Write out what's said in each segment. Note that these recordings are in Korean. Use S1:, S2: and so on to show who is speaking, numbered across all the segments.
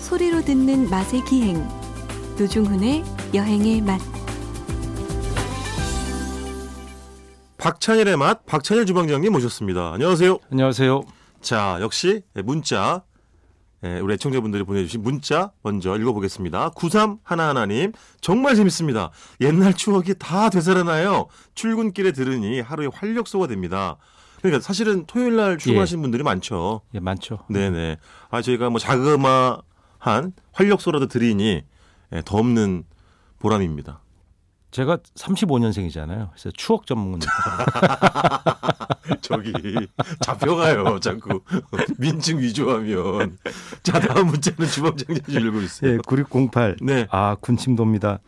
S1: 소리로 듣는 맛의 기행 노중훈의 여행의 맛
S2: 박찬일의 맛 박찬일 주방장님 모셨습니다. 안녕하세요.
S3: 안녕하세요.
S2: 자 역시 문자 예, 우리 애청자분들이 보내주신 문자 먼저 읽어보겠습니다. 9311님 정말 재밌습니다. 옛날 추억이 다 되살아나요. 출근길에 들으니 하루의 활력소가 됩니다. 그러니까 사실은 토요일 날 출근하시는 분들이 많죠.
S3: 예, 많죠.
S2: 네네. 아 저희가 뭐 자그마한 활력소라도 드리니 예, 더 없는 보람입니다.
S3: 제가 35년생이잖아요. 그래서 추억 전문가입니다.
S2: 저기 잡혀가요 자꾸 민증 위조하면 자 다음 문자는 주방장님 읽고 있어요.
S3: 예, 9608.
S2: 네.
S3: 아, 군침도입니다.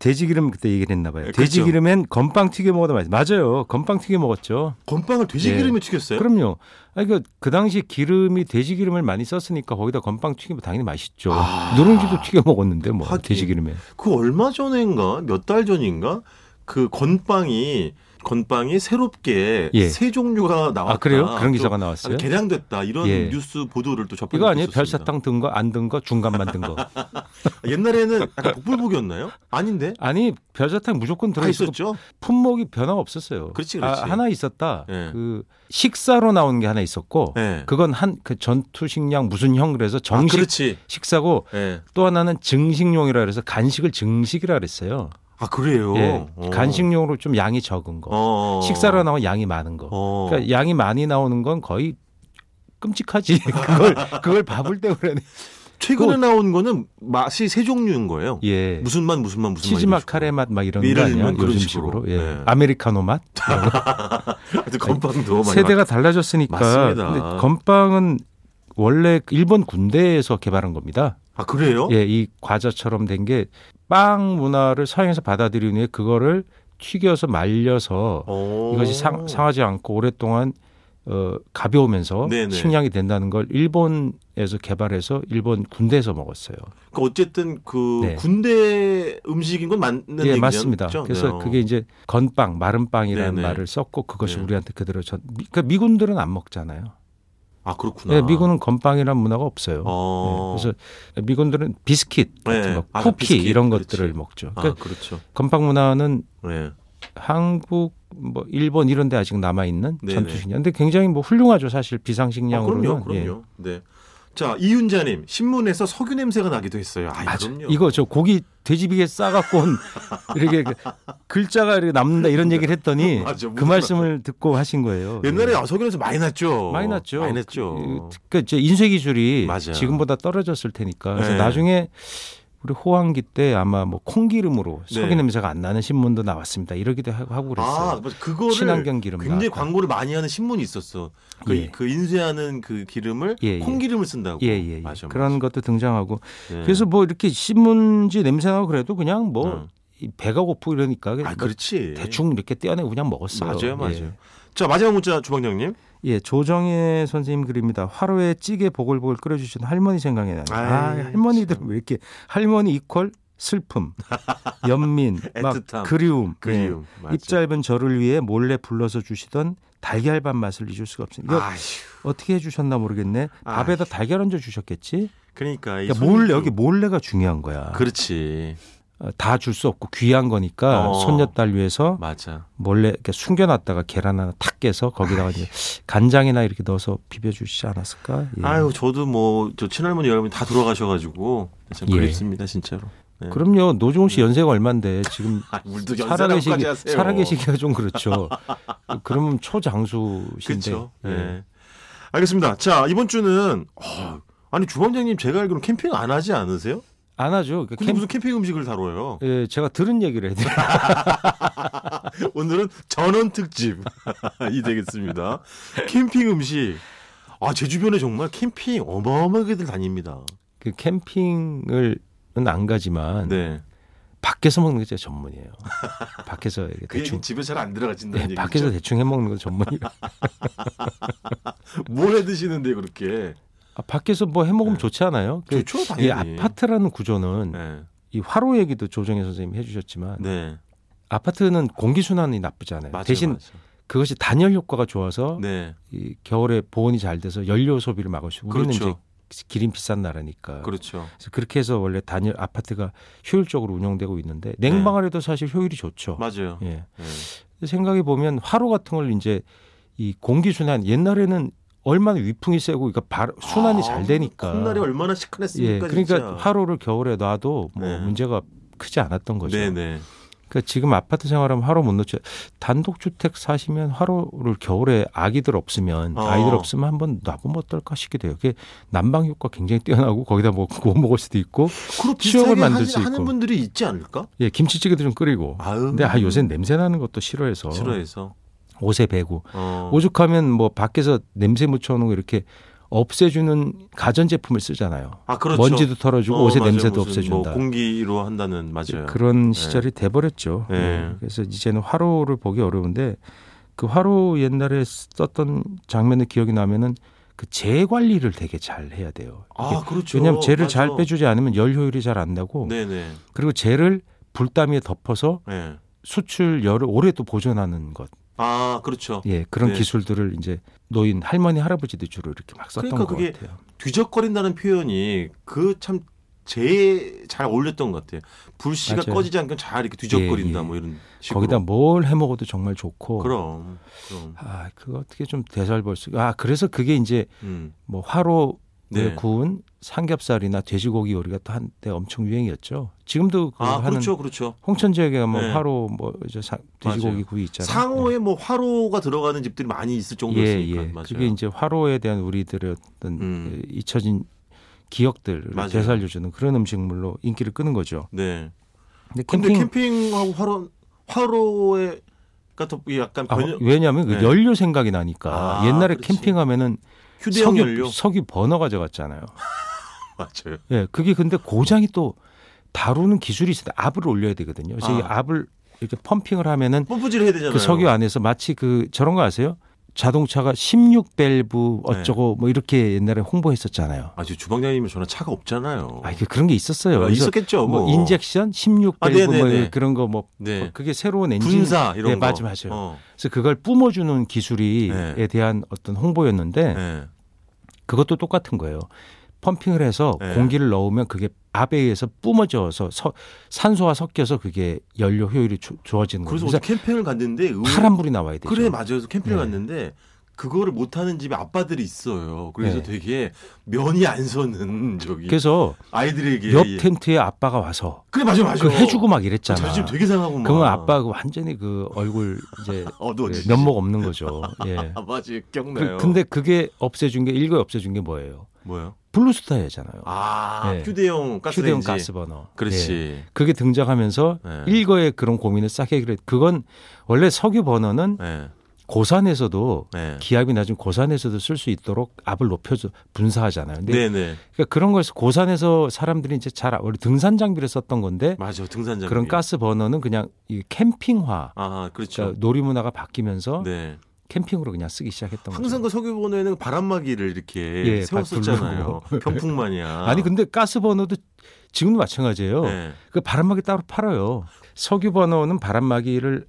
S3: 돼지기름 그때 얘기를 했나 봐요.
S2: 예, 그렇죠.
S3: 돼지기름엔 건빵 튀겨 먹어도 맛있 맞아요. 건빵 튀겨 먹었죠.
S2: 건빵을 돼지
S3: 예.
S2: 기름에 튀겼어요?
S3: 그럼요. 아니, 그, 그 당시 기름이 돼지기름을 많이 썼으니까 거기다 건빵 튀기면 당연히 맛있죠.
S2: 아.
S3: 누룽지도 튀겨 먹었는데 뭐
S2: 하긴.
S3: 돼지기름에.
S2: 그 얼마 전인가 몇 달 전인가 그 건빵이 건빵이 새롭게
S3: 예.
S2: 새 종류가 나왔다.
S3: 아, 그래요? 그런
S2: 또
S3: 기사가 나왔어요?
S2: 개량됐다 이런
S3: 예.
S2: 뉴스 보도를 또 접한
S3: 이거 아니에요?
S2: 적이 있었습니다.
S3: 별사탕 든 거, 안 든 거, 중간만 든 거.
S2: 아, 옛날에는 약간 복불복이었나요? 아닌데
S3: 아니, 별사탕 무조건
S2: 다
S3: 들어있었고
S2: 있었죠.
S3: 품목이 변화 없었어요.
S2: 그렇지, 그렇지.
S3: 아, 하나 있었다.
S2: 예.
S3: 그 식사로 나온 게 하나 있었고
S2: 예.
S3: 그건 한 그 전투식량 무슨 형 그래서 정식
S2: 아, 그렇지.
S3: 식사고
S2: 예.
S3: 또 하나는 증식용이라 그래서 간식을 증식이라 그랬어요.
S2: 아 그래요.
S3: 예.
S2: 어.
S3: 간식용으로 좀 양이 적은 거.
S2: 어.
S3: 식사로 나온 양이 많은 거.
S2: 어.
S3: 그러니까 양이 많이 나오는 건 거의 끔찍하지. 그걸 그걸 밥을 때우라네
S2: 최근에
S3: 그거-
S2: 나온 거는 맛이 세 종류인 거예요.
S3: 예.
S2: 무슨 맛 무슨 맛 무슨 맛
S3: 치즈
S2: 이런
S3: 맛,
S2: 식으로.
S3: 카레 맛 막 이런
S2: 예를
S3: 거 아니야?
S2: 들면 그런
S3: 요즘
S2: 식으로.
S3: 식으로. 예.
S2: 네.
S3: 아메리카노 맛.
S2: 하여튼 건빵도 뭐 많이
S3: 세대가 달라졌으니까
S2: 맞습니다.
S3: 근데 건빵은 원래 일본 군대에서 개발한 겁니다.
S2: 마- 아 그래요?
S3: 예, 이 과자처럼 된 게 빵 문화를 서양에서 받아들인 후에 그거를 튀겨서 말려서
S2: 어.
S3: 이것이 상, 상하지 않고 오랫동안 어, 가벼우면서
S2: 네네.
S3: 식량이 된다는 걸 일본에서 개발해서 일본 군대에서 먹었어요.
S2: 그러니까 어쨌든 그
S3: 네.
S2: 군대 음식인 건 맞는
S3: 예,
S2: 얘기죠.
S3: 맞습니다.
S2: 그렇죠?
S3: 그래서
S2: 네, 어.
S3: 그게 이제 건빵, 마른빵이라는
S2: 네네.
S3: 말을 썼고 그것이
S2: 네.
S3: 우리한테 그대로 전, 미, 그러니까 미군들은 안 먹잖아요.
S2: 아 그렇구나.
S3: 예, 미군은 건빵이라는 문화가 없어요.
S2: 어.
S3: 네, 그래서 미군들은 비스킷 같은
S2: 네,
S3: 거,
S2: 아,
S3: 쿠키
S2: 비스킷.
S3: 이런
S2: 그렇지.
S3: 것들을 먹죠.
S2: 아
S3: 그러니까
S2: 그렇죠.
S3: 건빵 문화는
S2: 네.
S3: 한국, 뭐 일본 이런 데 아직 남아 있는
S2: 네네.
S3: 전투식량. 근데 굉장히 뭐 훌륭하죠, 사실
S2: 아,
S3: 비상식량으로는. 예.
S2: 그럼요, 그럼요. 네. 자 이윤자님 신문에서 석유 냄새가 나기도 했어요. 아,
S3: 맞아.
S2: 그럼요.
S3: 이거 저 고기 돼지비계 싸갖고 온 이렇게 그 글자가 이렇게 남는다 이런 얘기를 했더니
S2: 맞아,
S3: 그
S2: 무슨
S3: 말씀을 듣고 하신 거예요.
S2: 옛날에
S3: 예.
S2: 아, 석유 냄새 많이 났죠.
S3: 많이 났죠.
S2: 많이 났죠.
S3: 그, 그러니까 이제 인쇄 기술이
S2: 맞아요.
S3: 지금보다 떨어졌을 테니까 그래서
S2: 네.
S3: 나중에 우리 호황기 때 아마 뭐 콩기름으로
S2: 네.
S3: 석유 냄새가 안 나는 신문도 나왔습니다. 이러기도 하- 하고
S2: 아,
S3: 그랬어요.
S2: 맞아. 그거를
S3: 친환경 기름
S2: 굉장히
S3: 나왔다.
S2: 광고를 많이 하는 신문이 있었어. 그,
S3: 예.
S2: 그 인쇄하는 그 기름을
S3: 예, 예.
S2: 콩기름을 쓴다고.
S3: 예, 예, 예.
S2: 맞아,
S3: 그런 것도 등장하고
S2: 맞아. 예.
S3: 그래서 뭐 이렇게 신문지 냄새 나고 그래도 그냥 뭐
S2: 응.
S3: 이 배가 고프고 이러니까 그냥
S2: 어. 아,
S3: 뭐
S2: 그렇지.
S3: 대충 이렇게 떼어내고 그냥 먹었어요.
S2: 맞아요, 맞아요.
S3: 예.
S2: 자, 마지막 문자 주방장님.
S3: 예, 조정혜 선생님 글입니다. 화로에 찌개 보글보글 끓여주신 할머니 생각이 나요. 아,
S2: 아이,
S3: 할머니들 왜 이렇게 할머니 이퀄 슬픔, 연민, 막
S2: 애틋함,
S3: 그리움, 예.
S2: 그리움. 맞아.
S3: 입 짧은 저를 위해 몰래 불러서 주시던 달걀밥 맛을 잊을 수가 없습니다. 이거
S2: 아휴.
S3: 어떻게 해주셨나 모르겠네. 밥에다 달걀 얹어 주셨겠지.
S2: 그러니까 이
S3: 그러니까 몰래
S2: 손주-
S3: 여기 뭐. 몰래가 중요한 거야.
S2: 그렇지.
S3: 다 줄 수 없고 귀한 거니까
S2: 어.
S3: 손녀딸 위해서
S2: 맞아.
S3: 몰래 이렇게 숨겨놨다가 계란 하나 탁 깨서 거기다가 이제 간장이나 이렇게 넣어서 비벼주시지 않았을까? 예.
S2: 아유, 저도 뭐 저 친할머니 여러분 다 돌아가셔 가지고 참
S3: 예.
S2: 그립습니다, 진짜로. 네.
S3: 그럼요. 노종훈 씨 연세가 얼만데 지금
S2: 아, 물도
S3: 살아계시기
S2: 연세라고까지 하세요.
S3: 살아계시기가 좀 그렇죠. 그러면 초장수신데.
S2: 그렇죠.
S3: 예.
S2: 예. 알겠습니다. 자, 이번 주는 어, 아니 주방장님 제가 알기로는 캠핑 안 하지 않으세요?
S3: 안 하죠. 그러니까
S2: 근데
S3: 캠-
S2: 무슨 캠핑 음식을 다뤄요?
S3: 예, 제가 들은 얘기를 해드요
S2: 오늘은 전원 특집 이 되겠습니다. 캠핑 음식. 아, 제 주변에 정말 캠핑 어마어마하게들 다닙니다.
S3: 그 캠핑을 은안 가지만
S2: 네.
S3: 밖에서 먹는 게 제가 전문이에요. 밖에서 이렇게
S2: 그
S3: 대충
S2: 얘기는 집에 잘 안 들어가진다는
S3: 예,
S2: 얘기죠.
S3: 밖에서 대충 해 먹는 거 전문이에요.
S2: 뭘 해드시는데 그렇게.
S3: 아, 밖에서 뭐 해 먹으면 좋지 않아요? 그,
S2: 네. 좋죠,
S3: 이
S2: 당연히.
S3: 아파트라는 구조는
S2: 네.
S3: 이 화로 얘기도 조정혜 선생님이 해주셨지만
S2: 네.
S3: 아파트는 공기 순환이 나쁘지 않아요.
S2: 맞아요.
S3: 네, 대신
S2: 맞아요.
S3: 그것이 단열 효과가 좋아서
S2: 네.
S3: 이 겨울에 보온이 잘 돼서 연료 소비를 막을 수. 우리는
S2: 그렇죠.
S3: 기름 비싼 나라니까.
S2: 그렇죠.
S3: 그래서 그렇게 해서 원래 단일 아파트가 효율적으로 운영되고 있는데 냉방을 해도 사실 효율이
S2: 네.
S3: 좋죠.
S2: 맞아요.
S3: 예.
S2: 예.
S3: 생각해 보면 화로 같은 걸 이제 이 공기 순환 옛날에는 얼마나 위풍이 세고 그러니까 발- 순환이
S2: 아,
S3: 잘 되니까.
S2: 콧날이 얼마나 시큰했습니까?
S3: 예, 그러니까
S2: 진짜.
S3: 화로를 겨울에 놔도 뭐
S2: 네.
S3: 문제가 크지 않았던 거죠.
S2: 네네.
S3: 그러니까 지금 아파트 생활하면 화로 못 넣죠. 단독 주택 사시면 화로를 겨울에 아기들 없으면
S2: 어.
S3: 아이들 없으면 한번 놔보면 어떨까 싶기도 해요. 그게 난방 효과 굉장히 뛰어나고 거기다 뭐 구워 먹을 수도 있고,
S2: 그럼
S3: 추억을
S2: 비슷하게
S3: 만들
S2: 하시-
S3: 수 있고.
S2: 하는 분들이 있지 않을까?
S3: 예 김치찌개도 좀 끓이고.
S2: 아유.
S3: 근데 아 요새 냄새 나는 것도 싫어해서
S2: 싫어해서.
S3: 옷에 배고
S2: 어.
S3: 오죽하면 뭐 밖에서 냄새 묻혀놓은 거 이렇게 없애주는 가전 제품을 쓰잖아요.
S2: 아 그렇죠.
S3: 먼지도 털어주고
S2: 어,
S3: 옷의
S2: 맞아요.
S3: 냄새도
S2: 무슨
S3: 없애준다.
S2: 뭐 공기로 한다는 맞아요.
S3: 그런 시절이 돼버렸죠.
S2: 네.
S3: 네. 그래서 이제는 화로를 보기 어려운데 그 화로 옛날에 썼던 장면의 기억이 나면은 그 재관리를 되게 잘 해야 돼요. 이게
S2: 아 그렇죠.
S3: 왜냐하면 재를
S2: 맞아.
S3: 잘 빼주지 않으면 열 효율이 잘 안 나고
S2: 네네.
S3: 그리고 재를 불담에 덮어서
S2: 예.
S3: 수출 열을 오래 또 보존하는 것. 뭐
S2: 아 그렇죠.
S3: 예, 그런
S2: 네.
S3: 기술들을 이제 노인 할머니 할아버지들 주로 이렇게 막 썼던
S2: 그러니까
S3: 것
S2: 그게
S3: 같아요.
S2: 뒤적거린다는 표현이 그 참 제일 잘 어울렸던 것 같아요. 불씨가
S3: 맞아요.
S2: 꺼지지 않고 잘 이렇게 뒤적거린다
S3: 예, 예.
S2: 뭐 이런 식으로.
S3: 거기다 뭐 뭘 해 먹어도 정말 좋고.
S2: 그럼 그럼.
S3: 아, 그거 어떻게 좀 되살벌수. 아, 그래서 그게 이제
S2: 음.
S3: 뭐 화로
S2: 네.
S3: 구운 삼겹살이나 돼지고기 요리가 또 한때 엄청 유행이었죠. 지금도 그거
S2: 아
S3: 하는
S2: 그렇죠 그렇죠.
S3: 홍천 지역에 가면
S2: 네.
S3: 화로 뭐 이제 사- 돼지고기
S2: 맞아요.
S3: 구이 있잖아요. 네.
S2: 상호에 뭐 화로가 들어가는 집들이 많이 있을
S3: 예,
S2: 정도였으니까
S3: 예.
S2: 맞아요.
S3: 그게 이제 화로에 대한 우리들의 어떤
S2: 음.
S3: 그 잊혀진 기억들을
S2: 맞아요.
S3: 되살려주는 그런 음식물로 인기를 끄는 거죠.
S2: 네.
S3: 근데
S2: 근데
S3: 캠핑
S2: 캠핑하고 화로 화로에 같은 약간
S3: 아,
S2: 변형
S3: 왜냐하면 그
S2: 네.
S3: 연료 생각이 나니까
S2: 아,
S3: 옛날에
S2: 그렇지.
S3: 캠핑하면은
S2: 휴대용 연료
S3: 석유, 그 석유 버너 가져갔잖아요.
S2: 맞아요.
S3: 예, 그게 근데 고장이 또 다루는 기술이 있어요. 압을 올려야 되거든요. 그래서 이
S2: 아. 네.
S3: 압을 이렇게 펌핑을 하면은
S2: 펌프질 해야 되잖아요.
S3: 그 석유 안에서 마치 그 저런 거 아세요? 자동차가 16밸브
S2: 네.
S3: 어쩌고 뭐 이렇게 옛날에 홍보했었잖아요.
S2: 아 지금 주방장님이 저는 차가 없잖아요.
S3: 아, 이게 그런 게 있었어요.
S2: 어. 아,
S3: 그래서
S2: 있었겠죠.
S3: 뭐 인젝션 16밸브
S2: 아, 네네네.
S3: 뭐 그런 거 뭐
S2: 네.
S3: 그게 새로운 엔진
S2: 분사 이런
S3: 네,
S2: 거.
S3: 맞아, 맞아요.
S2: 어.
S3: 그래서 그걸 뿜어주는 기술이에
S2: 네.
S3: 대한 어떤 홍보였는데
S2: 네.
S3: 그것도 똑같은 거예요. 펌핑을 해서
S2: 네.
S3: 공기를 넣으면 그게 압에 의해서 뿜어져서 서- 산소와 섞여서 그게 연료 효율이 조- 좋아지는 거예요.
S2: 그래서
S3: 그래서
S2: 어디 캠핑을 갔는데 의-
S3: 뭐 파란 불이 나와야 되죠.
S2: 그래 맞아요. 그래서 캠핑을
S3: 네.
S2: 갔는데 그거를 못 하는 집에 아빠들이 있어요. 그래서
S3: 네.
S2: 되게 면이 안 서는 저기
S3: 그래서
S2: 아이들에게
S3: 옆
S2: 예.
S3: 텐트에 아빠가 와서
S2: 그래 맞아요 맞아요.
S3: 그 해주고 막 이랬잖아.
S2: 저희 집 되게 상하고 막.
S3: 그러면 아빠 그 완전히 그 얼굴 이제
S2: 어두워지.
S3: 예, 면목 없는 거죠. 예.
S2: 아 맞지
S3: 그,
S2: 격나요.
S3: 근데 그게 없애준 게 일거에 없애준 게 뭐예요?
S2: 뭐요?
S3: 블루스타잖아요.
S2: 아
S3: 네.
S2: 휴대용 가스
S3: 휴대용 가스버너. 예.
S2: 그렇지.
S3: 그게 등장하면서
S2: 네.
S3: 일거에 그런 고민을 싹 해결해. 그건 원래 석유 버너는
S2: 네.
S3: 고산에서도
S2: 네.
S3: 기압이 낮은 고산에서도 쓸 수 있도록 압을 높여서 분사하잖아요. 근데
S2: 네. 네.
S3: 그러니까 그런 거에서 고산에서 사람들이 이제 잘 아- 원래 등산 장비를 썼던 건데
S2: 맞아 등산 장비.
S3: 그런 가스 버너는 그냥 이 캠핑화
S2: 아 네. 그렇죠.
S3: 그러니까 놀이 문화가 바뀌면서
S2: 네.
S3: 캠핑으로 그냥 쓰기 시작했던 거죠.
S2: 항상 그 석유 번호에는 바람막이를 이렇게
S3: 예,
S2: 세웠었잖아요. 병풍 마냥.
S3: 아니 근데 가스 버너도 지금도 마찬가지예요.
S2: 네.
S3: 그 바람막이 따로 팔아요. 석유 버너는 바람막이를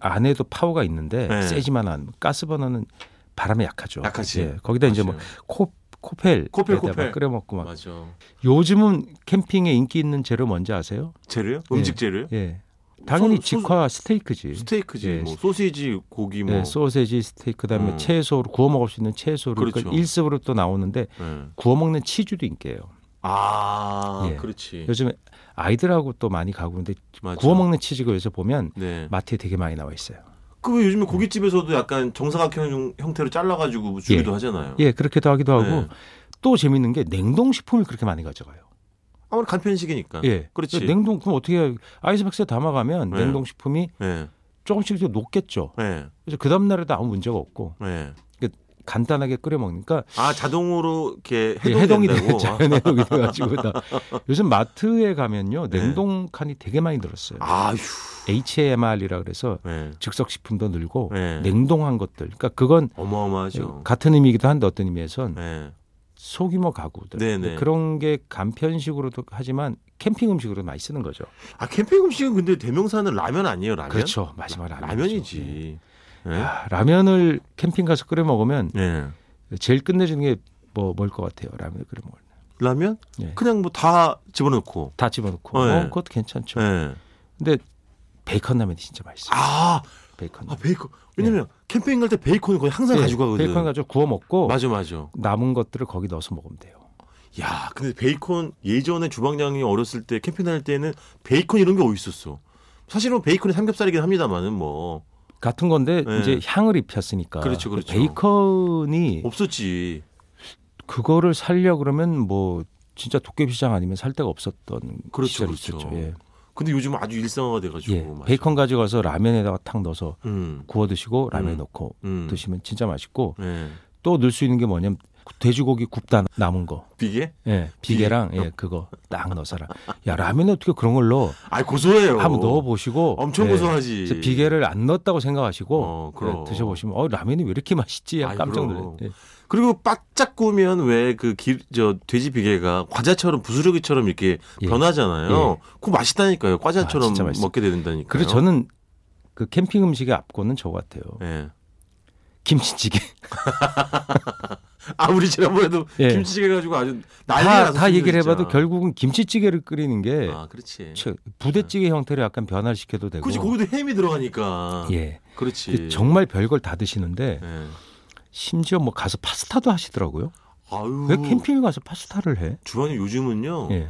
S3: 안 해도 파워가 있는데
S2: 네.
S3: 세지만 안 가스 버너는 바람에 약하죠.
S2: 약하지.
S3: 예, 거기다 이제 뭐
S2: 맞아요.
S3: 코 코펠,
S2: 코펠,
S3: 에다가
S2: 코펠.
S3: 끓여 먹고 막
S2: 맞아.
S3: 요즘은 캠핑에 인기 있는 재료 뭔지 아세요?
S2: 재료요? 음식 재료요?
S3: 예. 당연히
S2: 소- 소-
S3: 직화 스테이크지.
S2: 스테이크지,
S3: 예.
S2: 뭐 소시지, 고기 뭐.
S3: 예, 소세지 스테이크 그다음에
S2: 음.
S3: 채소로 구워 먹을 수 있는 채소로
S2: 그렇죠.
S3: 그러니까 일습으로 또 나오는데
S2: 예.
S3: 구워 먹는 치즈도 인기예요.
S2: 아,
S3: 예.
S2: 그렇지.
S3: 요즘에 아이들하고 또 많이 가고 그런데
S2: 맞아.
S3: 구워 먹는 치즈가 요새 보면
S2: 네.
S3: 마트에 되게 많이 나와 있어요.
S2: 그
S3: 예.
S2: 요즘에 고깃집에서도 약간 정사각형 형태로 잘라가지고 주기도 하잖아요.
S3: 예, 그렇게도 하기도 하고
S2: 그렇죠. 네.
S3: 또 재밌는 게 냉동식품을 그렇게 많이 가져가요.
S2: 아무래도 간편식이니까.
S3: 예.
S2: 그렇지.
S3: 냉동 그럼 어떻게 해요? 아이스박스에 담아가면
S2: 네.
S3: 냉동식품이
S2: 예.
S3: 조금씩 좀 녹겠죠.
S2: 예.
S3: 그래서 그 다음 날에도 아무 문제가 없고
S2: 예.
S3: 간단하게 끓여 먹으니까
S2: 아 자동으로 이렇게
S3: 예,
S2: 해동이
S3: 돼-
S2: 된다고.
S3: 자연 해동이 돼가지고 다 요즘 마트에 가면요
S2: 네.
S3: 냉동 칸이 되게 많이 늘었어요.
S2: 아휴.
S3: HMR이라 그래서
S2: 예.
S3: 즉석 식품도 늘고
S2: 네. 그렇죠.
S3: 냉동한 예, 것들. 그러니까 그건
S2: 어마어마하죠.
S3: 같은 의미이기도 한데 어떤 의미에선
S2: 예.
S3: 소규모 가구들
S2: 네네.
S3: 그런 게 간편식으로도 하지만 캠핑 음식으로 많이 쓰는 거죠.
S2: 아 캠핑 음식은 근데 대명사는 라면 아니에요 라면?
S3: 그렇죠. 네. 마지막 라면.
S2: 라면이지. 예.
S3: 라면을 캠핑 가서 끓여 먹으면
S2: 예.
S3: 제일 끝내주는 게 뭐 먹을 것 같아요. 라면을 끓여 먹을.
S2: 라면
S3: 네.
S2: 그냥 뭐 다 집어넣고.
S3: 다 집어넣고.
S2: 네.
S3: 어, 그것도 괜찮죠.
S2: 예.
S3: 근데 베이컨 라면이 진짜 맛있어요.
S2: 아,
S3: 베이컨.
S2: 아
S3: 라면.
S2: 베이컨. 왜냐면 캠핑 갈 때 베이컨을 거의 항상
S3: 네,
S2: 가지고 가거든.
S3: 예. 베이컨 가지고 구워 먹고
S2: 맞아 맞아.
S3: 남은 것들을 거기 넣어서 먹으면 돼요.
S2: 야, 근데 베이컨 예전에 주방장이 어렸을 때 캠핑 다닐 때는 베이컨 이런 게 어디 있었어? 사실은 뭐 베이컨이 삼겹살이긴 합니다만은 뭐
S3: 같은 건데
S2: 네.
S3: 이제 향을 입혔으니까
S2: 그렇죠, 그렇죠.
S3: 베이컨이
S2: 없었지.
S3: 그거를 살려 그러면 뭐 진짜 도깨비 시장 아니면 살 데가 없었던
S2: 그렇죠,
S3: 시절이
S2: 그렇죠.
S3: 있었죠. 예.
S2: 근데 요즘 아주 일상화가 돼가지고
S3: 예.
S2: 맞아.
S3: 베이컨 가져가서 라면에다가 탁 넣어서
S2: 음,
S3: 구워 드시고 라면에
S2: 음.
S3: 넣고
S2: 음.
S3: 드시면 진짜 맛있고
S2: 예.
S3: 또 넣을 수 있는 게 뭐냐면 돼지고기 굽다 남은 거.
S2: 비계?
S3: 예. 비계랑 예, 그거 딱 넣어서 라. 야, 라면에 어떻게 그런 걸 넣어?
S2: 아, 고소해요.
S3: 한번 넣어 보시고 예,
S2: 엄청 고소하지.
S3: 비계를 안 넣었다고 생각하시고
S2: 어, 그럼.
S3: 예, 드셔보시면 어 라면이 왜 이렇게 맛있지?
S2: 아이,
S3: 깜짝
S2: 그럼.
S3: 놀랐. 예.
S2: 그리고 바짝 구우면 왜그저 돼지 비계가 과자처럼 부스러기처럼 이렇게
S3: 예.
S2: 변하잖아요. 그거 맛있다니까요.
S3: 아,
S2: 과자처럼
S3: 진짜 맛있어.
S2: 먹게 된다니까요.
S3: 그래서 저는 그 캠핑 음식의 압권은 저 같아요.
S2: 예.
S3: 김치찌개.
S2: 아 우리 지난번에도
S3: 예.
S2: 김치찌개 가지고 아주 난리가
S3: 다,
S2: 났었어요.
S3: 다 얘기를
S2: 진짜.
S3: 해봐도 결국은 김치찌개를 끓이는 게
S2: 아 그렇지.
S3: 최- 부대찌개 형태로 약간 변화시켜도 되고.
S2: 그렇지 거기도 햄이 들어가니까.
S3: 예.
S2: 그렇지.
S3: 정말 별걸 다 드시는데
S2: 예.
S3: 심지어 뭐 가서 파스타도 하시더라고요.
S2: 아유.
S3: 왜 캠핑을 가서 파스타를 해?
S2: 주방이 요즘은요
S3: 예.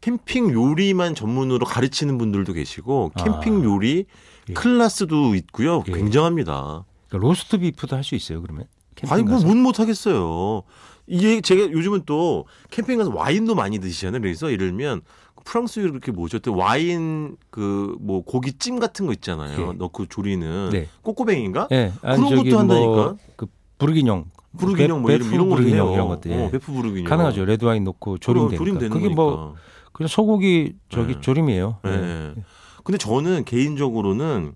S2: 캠핑 요리만 전문으로 가르치는 분들도 계시고
S3: 아.
S2: 캠핑 요리
S3: 예.
S2: 클래스도 있고요
S3: 예.
S2: 굉장합니다.
S3: 그러니까 로스트 비프도 할 수 있어요. 그러면 캠핑
S2: 아니 뭐
S3: 가서.
S2: 못 못하겠어요. 이게 제가 요즘은 또 캠핑 가서 와인도 많이 드시잖아요. 그래서 예를 들면 프랑스 이렇게 뭐죠? 또 와인 그 뭐 고기찜 같은 거 있잖아요.
S3: 예.
S2: 넣고 조리는
S3: 네.
S2: 꼬꼬뱅인가?
S3: 예. 아니,
S2: 그런
S3: 저기
S2: 것도
S3: 뭐
S2: 한다니까?
S3: 그 부르기뇽.
S2: 부르기뇽 뭐
S3: 베-
S2: 이런 이런
S3: 베프
S2: 것도
S3: 부르기뇽
S2: 해요.
S3: 이런 것도, 예.
S2: 어, 베프 부르기뇽
S3: 가능하죠. 레드 와인 넣고 조림되니까.
S2: 조림되는
S3: 그게 뭐
S2: 거니까.
S3: 그냥 소고기 저기
S2: 예.
S3: 조림이에요.
S2: 예.
S3: 예.
S2: 근데 저는 개인적으로는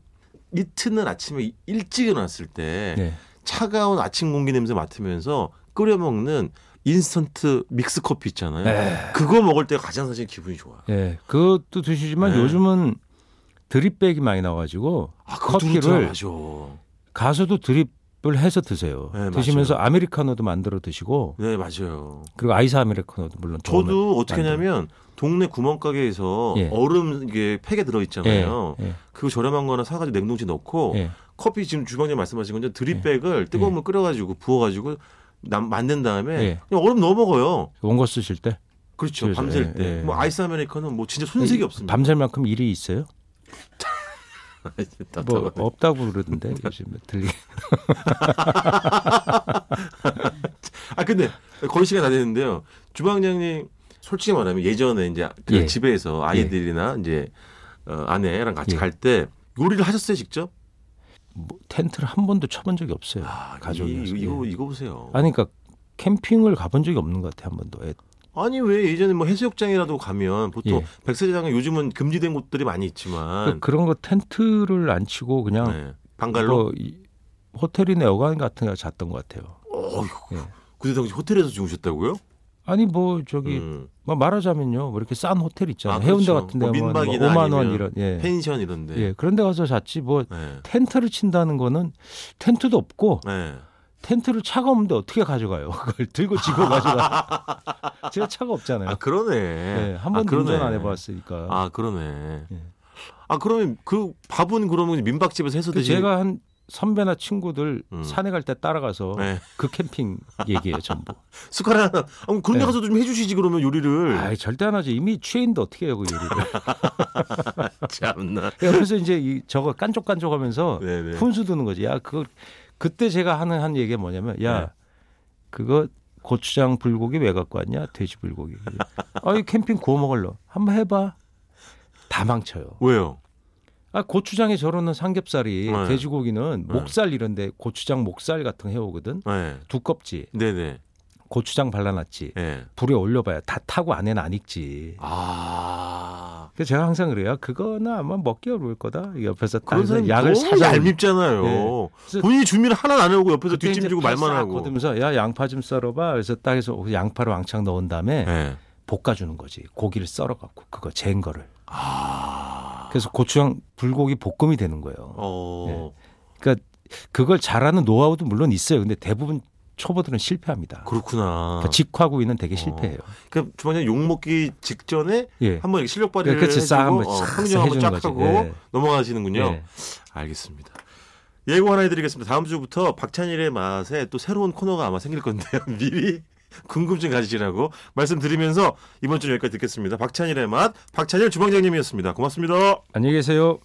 S2: 이튿날 아침에 일찍 일어났을 때
S3: 예.
S2: 차가운 아침 공기 냄새 맡으면서 끓여 먹는 인스턴트 믹스 커피 있잖아요.
S3: 에.
S2: 그거 먹을 때 가장 사실 기분이 좋아요.
S3: 예, 그것도 드시지만
S2: 네.
S3: 요즘은 드립백이 많이 나와가지고
S2: 아, 그거
S3: 커피를
S2: 맞아.
S3: 가서도 드립을 해서 드세요.
S2: 네,
S3: 드시면서 아메리카노도 만들어 드시고
S2: 네, 맞아요.
S3: 그리고 아이스 아메리카노도 물론 네, 저는-
S2: 저도 어떻게
S3: 만들어.
S2: 하냐면 동네 구멍가게에서
S3: 예.
S2: 얼음 이게 팩에 들어
S3: 예,
S2: 있잖아요.
S3: 예,
S2: 그거 저렴한 거나 사 가지고 냉동실에 넣고
S3: 예.
S2: 커피 지금 주방장님 말씀하신 건데 드립백을 뜨거운 물 끓여 가지고 부어 가지고 만든 다음에
S3: 예.
S2: 그냥 얼음 넣어 먹어요.
S3: 원고 쓰실 때
S2: 그렇죠.
S3: 그래서,
S2: 밤샐
S3: 예,
S2: 때.
S3: 예.
S2: 뭐 아이스 아메리카노는 뭐 진짜 손색이 없습니다.
S3: 밤샐 만큼 일이 있어요?
S2: 아,
S3: 뭐
S2: 답답하네.
S3: 없다고 그러던데 요즘 들리.
S2: 아 근데 거의 시간 다 됐는데요. 주방장님 솔직히 말하면 예전에 이제 그
S3: 예.
S2: 집에서 아이들이나 이제 어, 아내랑 같이
S3: 예.
S2: 갈 때 요리를 하셨어요 직접?
S3: 뭐 텐트를 한 번도 쳐본 적이 없어요.
S2: 아 뭐.
S3: 가족이
S2: 이, 이거 이거 보세요.
S3: 아니 그러니까 캠핑을 가본 적이 없는 것 같아 한 번도. 예.
S2: 아니 왜 예전에 뭐 해수욕장이라도 가면 보통
S3: 예.
S2: 백세장에 요즘은 금지된 곳들이 많이 있지만
S3: 그러니까 그런 거 텐트를 안 치고 그냥
S2: 아. 네. 방갈로
S3: 뭐 이- 호텔이나 여관 같은 데 잤던 것 같아요.
S2: 어휴,
S3: 예.
S2: 그때 당시 호텔에서 주무셨다고요?
S3: 아니 뭐 저기
S2: 음.
S3: 뭐 말하자면요, 뭐 이렇게 싼 호텔 있잖아요.
S2: 아,
S3: 해운대
S2: 그렇죠.
S3: 같은 데
S2: 뭐
S3: 가면 뭐
S2: 민박이나
S3: 5만 원
S2: 아니면
S3: 이런 예.
S2: 펜션 이런데.
S3: 예. 그런 데 가서 잤지 뭐
S2: 네.
S3: 텐트를 친다는 거는 텐트도 없고
S2: 네.
S3: 텐트를 차가 없는데 어떻게 가져가요? 그걸 들고 지고 가져가. 제가 차가 없잖아요.
S2: 아 그러네.
S3: 예. 한
S2: 아,
S3: 번도 운전
S2: 그러네.
S3: 안 해봤으니까.
S2: 아 그러네.
S3: 예.
S2: 아 그러면 그 밥은 그러면 민박집에서 해서
S3: 그
S2: 드시는
S3: 제가 한 선배나 친구들
S2: 음.
S3: 산에 갈 때 따라가서
S2: 네.
S3: 그 캠핑 얘기예요 전부.
S2: 숟가락 하나. 아, 그럼 그런 데
S3: 네.
S2: 가서 좀 해주시지 그러면 요리를.
S3: 아 절대 안 하죠. 이미 취해인데 어떻게 해요 그 요리를.
S2: 참나.
S3: 예, 그래서 이제 이 저거 깐족깐족하면서
S2: 네네.
S3: 훈수 드는 거지. 야, 그거 그때 제가 하는 한 얘기가 뭐냐면, 야,
S2: 네.
S3: 그거 고추장 불고기 왜 갖고 왔냐? 돼지 불고기. 아이 캠핑 구워 먹을러. 한번 해봐. 다 망쳐요.
S2: 왜요?
S3: 아 고추장에 저러는 삼겹살이
S2: 네.
S3: 돼지고기는
S2: 네.
S3: 목살 이런데 고추장 목살 같은 거 해오거든.
S2: 네.
S3: 두껍지.
S2: 네네.
S3: 고추장 발라놨지.
S2: 네.
S3: 불에 올려봐야 다 타고 안에는 안 익지.
S2: 아.
S3: 그래서 제가 항상 그래요. 그거는 아마 먹기 어려울 거다. 옆에서
S2: 그런 사람이
S3: 약을
S2: 너무
S3: 사자.
S2: 얄밉잖아요.
S3: 네. 그래서
S2: 본인이 준비를 하나 안 해오고 옆에서
S3: 그때
S2: 뒷짐
S3: 이제
S2: 지고
S3: 팔
S2: 말만
S3: 싹
S2: 하고.
S3: 걷으면서 야 양파 좀 썰어봐. 그래서 딱 해서 양파를 왕창 넣은 다음에
S2: 네.
S3: 볶아주는 거지. 고기를 썰어갖고 그거 잰 거를.
S2: 아.
S3: 그래서 고추장 불고기 볶음이 되는 거예요.
S2: 어.
S3: 그러니까 그걸 잘하는 노하우도 물론 있어요. 근데 대부분 초보들은 실패합니다.
S2: 그렇구나.
S3: 그러니까 직화구이는 되게
S2: 어.
S3: 실패해요.
S2: 그러니까 주방장 욕 먹기 직전에
S3: 예.
S2: 한번 이렇게 실력 발휘를
S3: 그렇지,
S2: 해주고
S3: 싹 한번
S2: 어,
S3: 싹
S2: 평정 한번
S3: 해주는
S2: 쫙
S3: 거지.
S2: 하고
S3: 예.
S2: 넘어가시는군요.
S3: 예.
S2: 알겠습니다. 예고 하나 해드리겠습니다. 다음 주부터 박찬일의 맛에 또 새로운 코너가 아마 생길 건데요. 미리 궁금증 가지시라고 말씀드리면서 이번 주 여기까지 듣겠습니다. 박찬일의 맛, 박찬일 주방장님이었습니다. 고맙습니다.
S3: 안녕히 계세요.